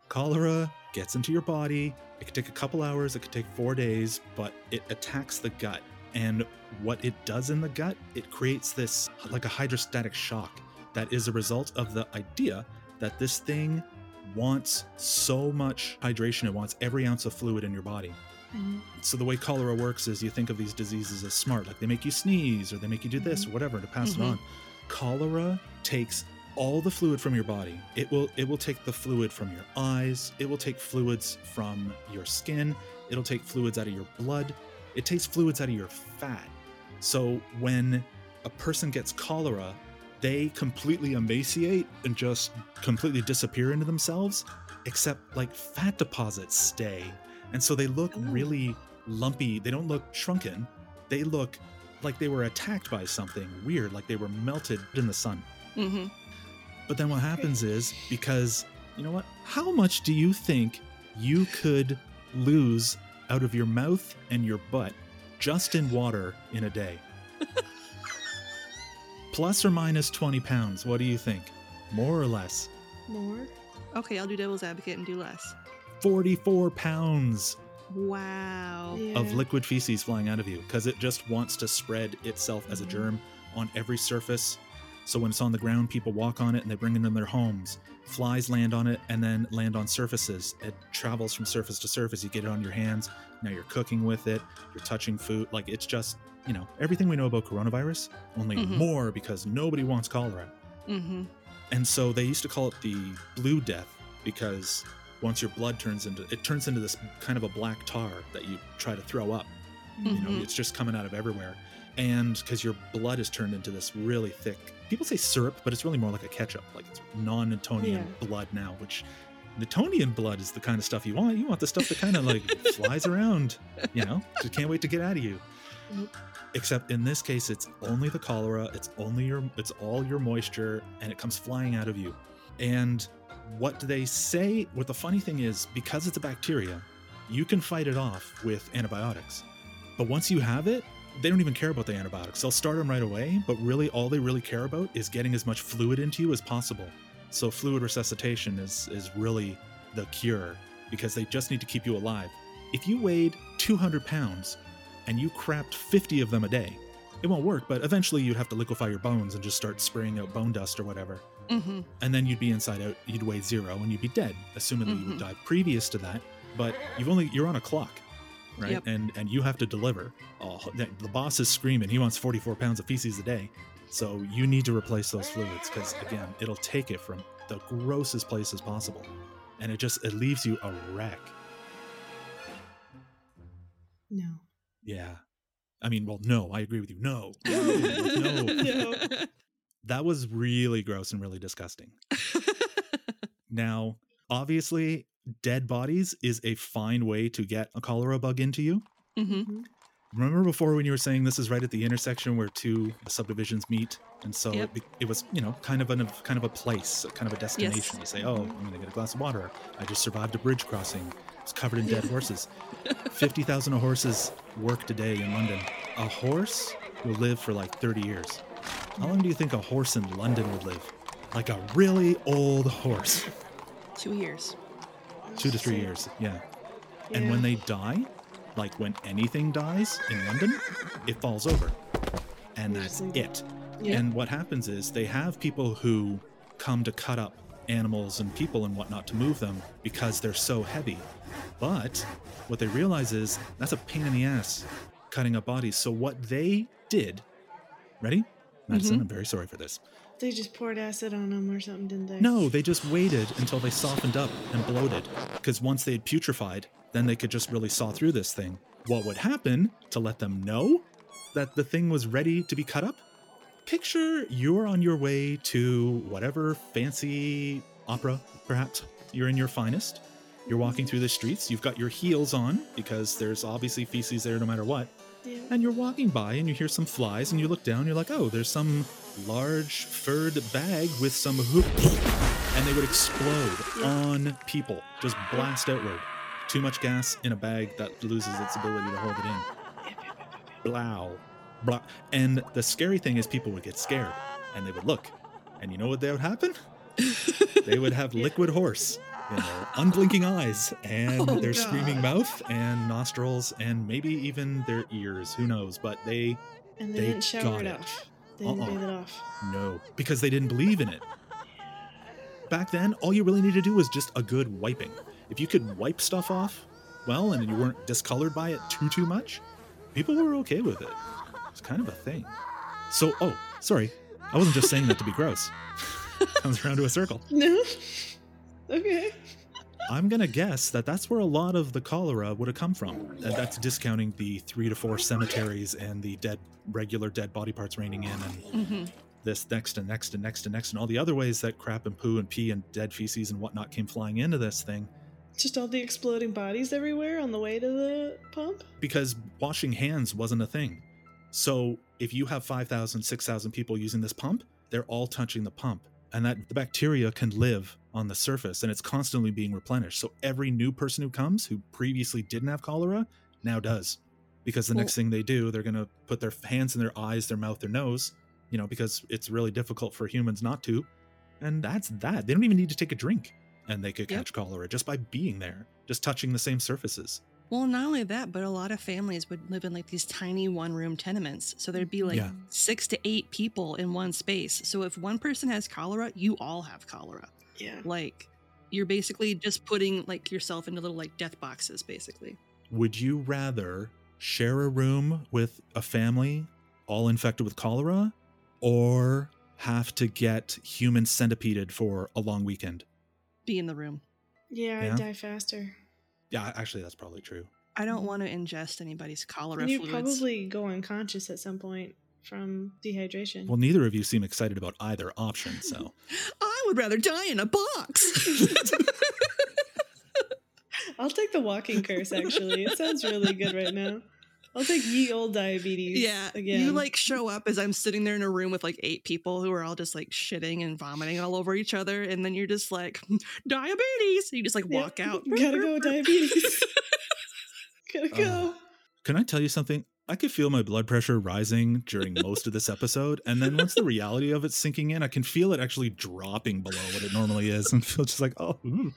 cholera gets into your body. It could take a couple hours, it could take four days, but it attacks the gut. And what it does in the gut, it creates this like a hydrostatic shock that is a result of the idea that this thing wants so much hydration, it wants every ounce of fluid in your body. So the way cholera works is you think of these diseases as smart, like they make you sneeze or they make you do this or whatever to pass
Mhm.
it on. Cholera takes all the fluid from your body. It will it will take the fluid from your eyes, it will take fluids from your skin, it'll take fluids out of your blood, it takes fluids out of your fat. So when a person gets cholera, they completely emaciate and just completely disappear into themselves, except like fat deposits stay. And so they look
Ooh.
really lumpy. They don't look shrunken. They look like they were attacked by something weird, like they were melted in the sun.
Mm-hmm.
But then what happens is because you know what? How much do you think you could lose out of your mouth and your butt just in water in a <laughs> day? Plus or minus 20 pounds. What do you think? More or less?
More.
Okay, I'll do devil's advocate and do less.
44 pounds
Wow.
Yeah.
of liquid feces flying out of you because it just wants to spread itself as a germ on every surface. So when it's on the ground, people walk on it and they bring it in their homes. Flies land on it and then land on surfaces. It travels from surface to surface. You get it on your hands. Now you're cooking with it. You're touching food. Like it's just, you know, everything we know about coronavirus, only
Mhm.
more because nobody wants cholera.
Mm-hmm.
And so they used to call it the blue death because once your blood turns into it turns into this kind of a black tar that you try to throw up. You know,
Mhm.
it's just coming out of everywhere. And because your blood is turned into this really thick, people say syrup, but it's really more like a ketchup. Like it's non Newtonian blood now, which Newtonian blood is the kind of stuff you want. You want the stuff that kind of like flies around, you know? Just can't wait to get out of you. Except in this case, it's only the cholera, it's only your, it's all your moisture, and it comes flying out of you. And what they say, what the funny thing is, because it's a bacteria, you can fight it off with antibiotics. But once you have it, they don't even care about the antibiotics. They'll start them right away, but really all they really care about is getting as much fluid into you as possible. So fluid resuscitation is is really the cure because they just need to keep you alive. If you weighed 200 pounds and you crapped 50 of them a day, it won't work, but eventually you'd have to liquefy your bones and just start spraying out bone dust or whatever.
Mm-hmm.
And then you'd be inside out, you'd weigh zero and you'd be dead, assuming that you would
Mhm.
die previous to that. But you've only, you're on a clock, right?
Yep.
And and you have to deliver. Oh, the the boss is screaming. He wants 44 pounds of feces a day. So you need to replace those fluids because, again, it'll take it from the grossest places possible. And it just, it leaves you a wreck.
No.
Yeah. I mean, well, no, I agree with you. No.
Mm-hmm.
<laughs> no.
<laughs> no.
That was really gross and really disgusting. Now, obviously, dead bodies is a fine way to get a cholera bug into you.
mm-hmm.
Remember before when you were saying this is right at the intersection where two subdivisions meet, and so
Yep.
it, be- it was you know kind of an kind of a place, kind of a destination. You say, oh, I'm gonna get a glass of water. I just survived a bridge crossing. It's covered in dead horses. Fifty thousand horses work today in London. A horse will live for like thirty years. How long do you think a horse in London would live? Like a really old horse.
Two years.
Two to three years, yeah.
Yeah.
And when they die, like when anything dies in London, it falls over. And that's it.
Yeah.
And what happens is they have people who come to cut up animals and people and whatnot to move them because they're so heavy. But what they realize is that's a pain in the ass cutting up bodies. So what they did, ready?
Mm-hmm.
Madison, I'm very sorry for this.
They just poured acid on them or something, didn't they?
No, they just waited until they softened up and bloated. Because once they had putrefied, then they could just really saw through this thing. What would happen to let them know that the thing was ready to be cut up? Picture you're on your way to whatever fancy opera, perhaps. You're in your finest. You're walking through the streets. You've got your heels on because there's obviously feces there no matter what
Yeah.
and you're walking by and you hear some flies and you look down you're like oh there's some large furred bag with some hoop and they would explode on people just blast outward too much gas in a bag that loses its ability to hold it in blow blah and the scary thing is people would get scared and they would look and you know what that
<laughs>
would happen they would have liquid horse you know, unblinking eyes and
Oh,
their
God.
screaming mouth and nostrils and maybe even their ears who knows but they
And they,
they
didn't shower
got
it
it.
off. They didn't
Uh-uh.
bathe it off. <laughs>
no because they didn't believe in it back then all you really needed to do was just a good wiping if you could wipe stuff off well and you weren't discolored by it too too much people were okay with it it's kind of a thing so oh sorry i wasn't just saying that to be gross <laughs> comes around to a circle
No. okay.
I'm gonna guess that that's where a lot of the cholera would have come from. And that's discounting the three to four cemeteries and the dead, regular dead body parts raining in, and
Mm-hmm.
this next and next and next and next, and all the other ways that crap and poo and pee and dead feces and whatnot came flying into this thing.
Just all the exploding bodies everywhere on the way to the pump.
Because washing hands wasn't a thing. So if you have 5,000, 6,000 people using this pump, they're all touching the pump. And that the bacteria can live on the surface and it's constantly being replenished. So every new person who comes who previously didn't have cholera now does. Because the
Well-
next thing they do, they're going to put their hands in their eyes, their mouth, their nose, you know, because it's really difficult for humans not to. And that's that. They don't even need to take a drink and they could
Yep.
catch cholera just by being there, just touching the same surfaces.
Well, not only that, but a lot of families would live in like these tiny one room tenements. So there'd be like
Yeah.
six to eight people in one space. So if one person has cholera, you all have cholera.
Yeah.
Like you're basically just putting like yourself into little like death boxes, basically.
would you rather share a room with a family all infected with cholera or have to get human centipeded for a long weekend?
Be in the room.
Yeah, I'd
Yeah.
die faster.
Yeah, actually, that's probably true.
I don't want to ingest anybody's cholera
Mm-hmm. And you'd
fluids.
probably go unconscious at some point from dehydration.
Well, neither of you seem excited about either option, so
I would rather die in a box. <laughs>
I'll take the walking curse, actually. It sounds really good right now. I'll take ye old diabetes.
Yeah.
Again.
You like show up as I'm sitting there in a room with like eight people who are all just like shitting and vomiting all over each other. And then you're just like, <laughs> diabetes. You just like
Yeah.
walk out.
<laughs> Gotta
<laughs>
go, diabetes. <laughs> Gotta go.
Can I tell you something? I could feel my blood pressure rising during most of this episode. And then once the reality of it sinking in, I can feel it actually dropping below what it normally is and feel just like, oh, ooh.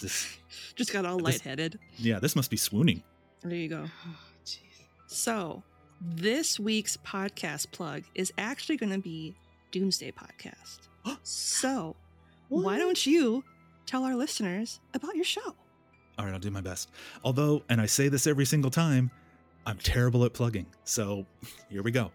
This,
Just got all
This-
lightheaded.
yeah, this must be swooning.
There you go.
Oh, <sighs> jeez.
So, this week's podcast plug is actually going to be Doomsday
<gasps>
Podcast. so, why
What?
don't you tell our listeners about your show?
All right, I'll do my best. Although, and I say this every single time, I'm terrible at plugging. So <laughs> here we go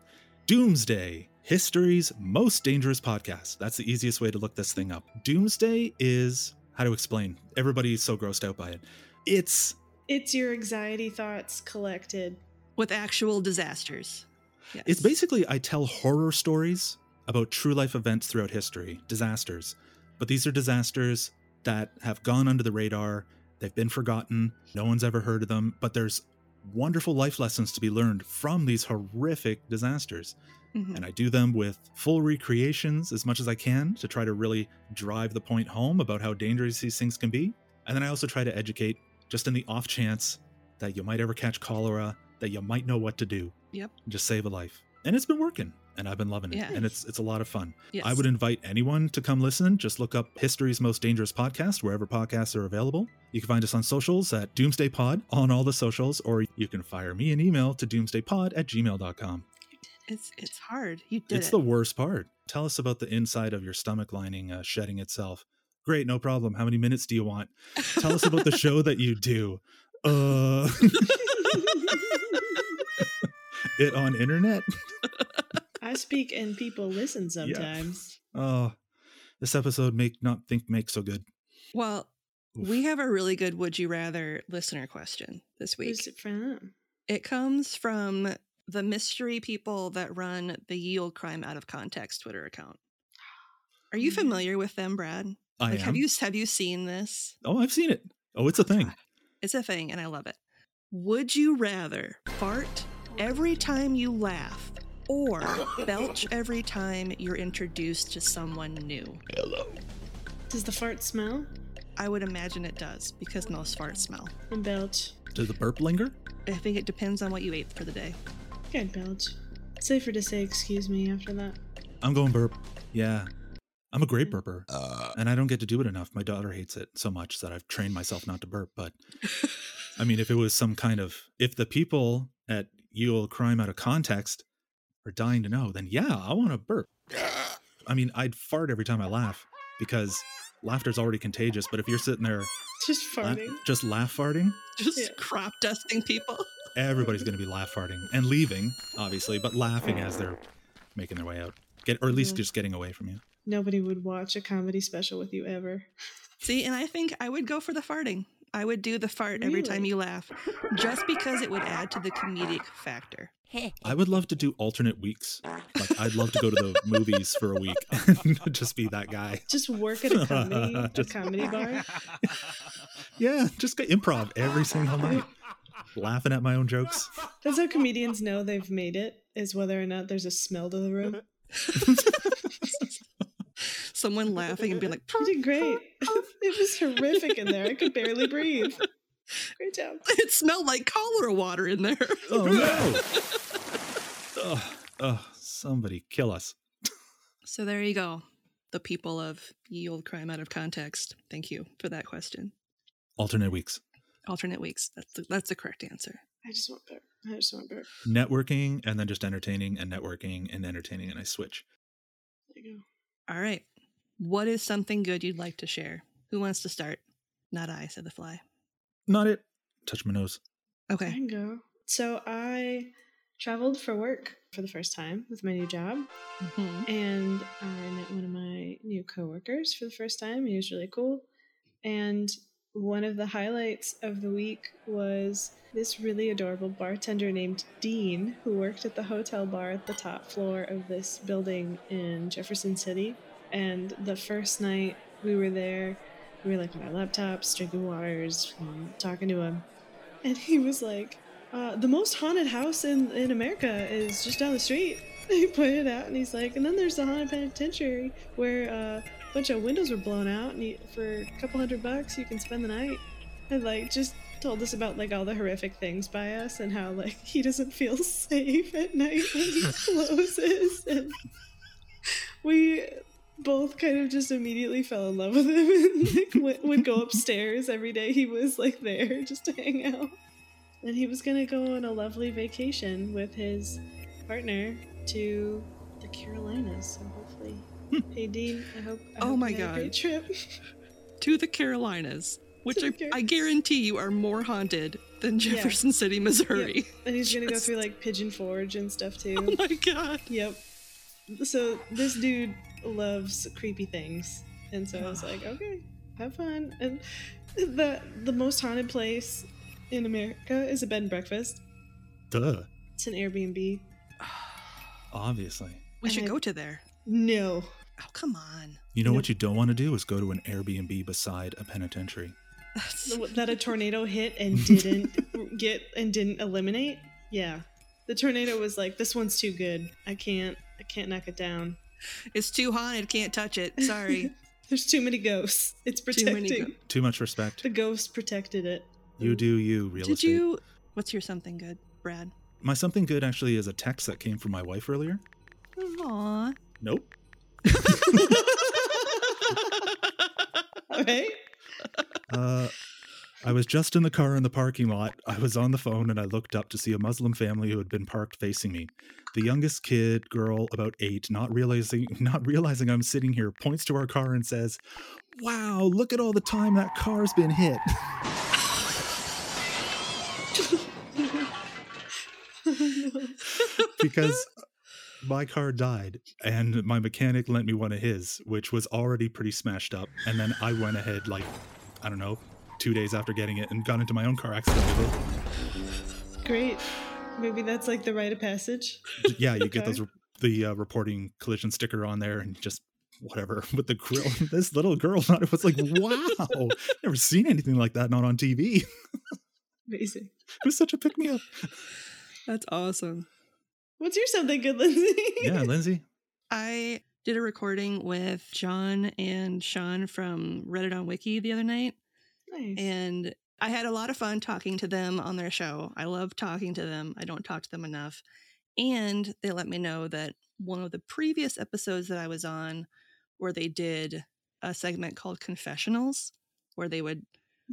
Doomsday, history's most dangerous podcast. That's the easiest way to look this thing up. Doomsday is how to explain. Everybody's so grossed out by it. It's
It's your anxiety thoughts collected.
With actual disasters. Yes.
It's basically I tell horror stories about true life events throughout history, disasters. But these are disasters that have gone under the radar, they've been forgotten, no one's ever heard of them, but there's wonderful life lessons to be learned from these horrific disasters.
Mhm.
And I do them with full recreations as much as I can to try to really drive the point home about how dangerous these things can be. And then I also try to educate just in the off chance that you might ever catch cholera, that you might know what to do
Yep.
just save a life and it's been working and i've been loving it
Yeah.
and it's it's a lot of fun
Yes.
i would invite anyone to come listen just look up history's most dangerous podcast wherever podcasts are available you can find us on socials at doomsday pod on all the socials or you can fire me an email to doomsdaypod at gmail.com
It's it's hard. You did
it's
it.
the worst part tell us about the inside of your stomach lining uh, shedding itself great no problem how many minutes do you want tell us about the show that you do uh <laughs> it on internet
I speak and people listen sometimes.
Oh, this episode make not think make so good.
well,
Oof.
we have a really good would you rather listener question this week.
Who's it from?
It comes from the mystery people that run the Yield Crime Out of Context Twitter account. Are you
Mm.
familiar with them, Brad?
Mm-hmm. I
like,
am.
have you have you seen this?
oh, I've seen it. Oh, it's a thing.
It's a thing, and I love it. Would you rather fart every time you laugh, or belch every time you're introduced to someone new?
Does the fart smell?
I would imagine it does because most farts smell.
And belch.
Does the burp linger?
I think it depends on what you ate for the day. <laughs>
Okay, belch. Safer to say excuse me after that. <laughs>
I'm going burp. Uh, Yeah. I'm a great burper. and I don't get to do it enough. My daughter hates it so much that I've trained myself not to burp. But I mean, if it was some kind of, if the people at Yule Crime Out of Context are dying to know, then yeah, I want to burp. I mean, I'd fart every time I laugh because laughter's already contagious. But if you're sitting there
Just
la-
farting.
just laugh farting,
Just
Yeah.
crop dusting people.
everybody's going to be laugh farting and leaving, obviously, but laughing as they're making their way out, get or at least
Mhm.
just getting away from you.
Nobody would watch a comedy special with you ever.
See, and I think I would go for the farting. I would do the fart every time
Really?
you laugh, just because it would add to the comedic factor.
I would love to do alternate weeks.
Ah.
Like, I'd love to go
<laughs>
to the movies for a week <laughs> and just be that guy.
Just work at a comedy,
Just-
a comedy bar.
Yeah, just get improv every single night, laughing at my own jokes.
That's how comedians know they've made it, is whether or not there's a smell to the room.
Someone laughing and being
<laughs>
like, <laughs>
You did great. <laughs> it was horrific in there. I could barely breathe. Great job.
it smelled like cholera water in there. <laughs>
Oh no! oh, oh, somebody kill us.
So there you go. The people of Ye Old Crime Out of Context. Thank you for that question.
Alternate weeks.
Alternate weeks. That's the, that's the correct answer.
I just want burp. I just want burp.
Networking and then just entertaining and networking and entertaining and I switch.
There you go.
All right. What is something good you'd like to share? Who wants to start? Not I, said the fly.
Not it. Touch my nose.
I
Okay.
can go. So I traveled for work for the first time with my new job,
Mhm.
and I met one of my new coworkers for the first time. He was really cool, and one of the highlights of the week was this really adorable bartender named Dean, who worked at the hotel bar at the top floor of this building in Jefferson City. And the first night we were there, we were like on our laptops, drinking waters, um, talking to him. And he was like, Uh, the most haunted house in, in America is just down the street. <laughs> He pointed out, and he's like, and then there's the haunted penitentiary where uh, a bunch of windows were blown out, and you, for a couple hundred bucks, you can spend the night. And like, just told us about like all the horrific things by us, and how like he doesn't feel <laughs> safe at night when
<laughs>
he closes. And we both kind of just immediately fell in love with him, <laughs> and like, went, would go upstairs every day. He was like there just to hang out and he was gonna go on a lovely vacation with his partner to the Carolinas. So hopefully, hey Dean, I hope. I
Hmm. Oh
hope
my
you had a great
God.
trip.
to the Carolinas, which
To
I,
the Car-
I guarantee you are more haunted than
Yeah.
Jefferson City, Missouri. <laughs>
and he's gonna go
Just-
through like Pigeon Forge and stuff
Oh
too.
my god.
yep. So this dude loves creepy things, and so I
<sighs>
was like, okay, have fun. And the the most haunted place in America is a bed and breakfast.
Duh.
It's an Airbnb.
Obviously.
We should
Uh,
go to there. <laughs>
No.
Oh, come on.
You know what you don't want to do is go to an Airbnb beside a penitentiary.
that a tornado hit and didn't get and didn't eliminate yeah the tornado was like this one's too good i can't i can't knock it down
It's too haunted. Can't touch it. <laughs> Sorry.
there's too many ghosts it's
Too many
protecting
ghosts.
Too much respect.
the ghosts protected it
You do you, real
Did
estate.
you? What's your something good, <laughs> Brad?
My something good actually is a text that came from my wife earlier.
Aw. <laughs>
Nope.
all right
Uh, I was just in the car in the parking lot. I was on the phone and I looked up to see a Muslim family who had been parked facing me. The youngest kid, girl about eight, not realizing <laughs> not realizing I'm sitting here, points to our car and says, "Wow, look at all the time that car's been hit." because my car died and my mechanic lent me one of his which was already pretty smashed up and then i went ahead like i don't know two days after getting it and got into my own car accidentally
great maybe that's like the rite of passage
yeah you get
Okay.
those the uh, reporting collision sticker on there and just whatever <laughs> with the grill this little girl thought it was like <laughs> wow never seen anything like that not on tv <laughs> it
amazing
was such a pick-me-up
That's awesome.
what's your something good lindsay
yeah lindsay
I did a recording with John and Sean from Reddit on Wiki the other night.
<laughs> nice
and I had a lot of fun talking to them on their show. I love talking to them. I don't talk to them enough. And they let me know that one of the previous episodes that I was on, where they did a segment called Confessionals, where they would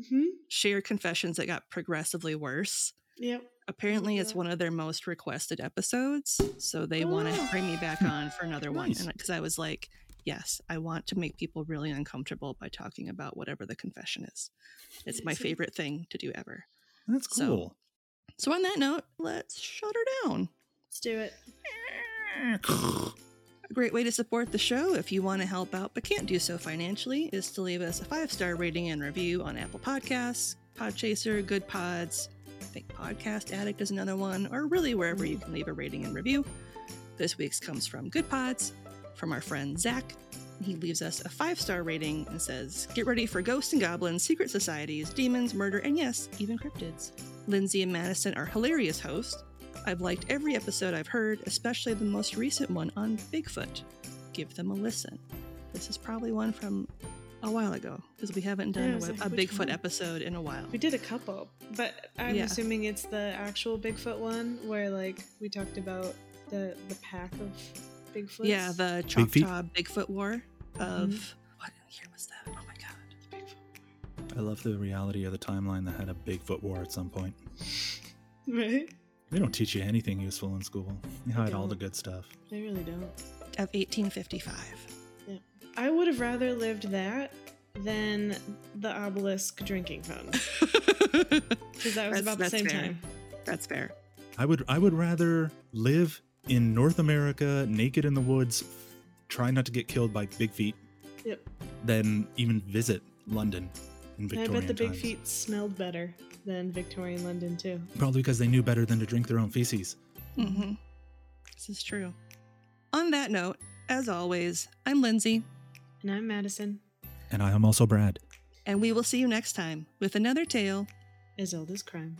hmm
share confessions that got progressively worse.
yep
Apparently, it's
Yeah.
one of their most requested episodes. So they wanted to
Oh.
bring me
<laughs>
back on for another one.
Nice.
And because I was like, yes, I want to make people really uncomfortable by talking about whatever the confession is. It's my
Amazing.
favorite thing to do ever.
that's
So-
cool
So, on that note, let's shut her down.
let's do it
A great way to support the show if you want to help out but can't do so financially is to leave us a five star rating and review on Apple Podcasts, Podchaser, Good Pods. I think Podcast Addict is another one, or really wherever you can leave a rating and review. This week's comes from Good Pods, from our friend Zach. He leaves us a five star rating and says, Get ready for ghosts and goblins, secret societies, demons, murder, and yes, even cryptids. Lindsay and Madison are hilarious hosts. I've liked every episode I've heard, especially the most recent one on Bigfoot. Give them a listen. This is probably one from a while ago because we haven't
Yeah,
done
I
a,
was
web-
like,
a
which
Bigfoot
one?
episode in a while.
We did a couple, but I'm
Yeah.
assuming it's the actual Bigfoot one where like we talked about the the pack of Bigfoots.
Yeah, the
feet?
Choctaw Bigfoot War of what year was that? Oh my god!
i love the reality of the timeline that had a bigfoot war at some point
<laughs> right.
They don't teach you anything useful in school. They hide all the
don't.
good stuff.
They really don't.
Of 1855.
I would have rather lived that than the obelisk
<laughs>
drinking fountain because that was
That's-
about the
that's
same
fair.
time.
That's fair.
I would I would rather live in North America naked in the woods, try not to get killed by big feet,
Yep.
than even visit London in
And I
Victorian
bet the big
times.
feet smelled better than Victorian London too.
Probably because they knew better than to drink their own feces.
hmm This is true. On that note, as always, I'm Lindsay.
And I'm Madison,
And I am also Brad.
and we will see you next time with another tale
as old as crime.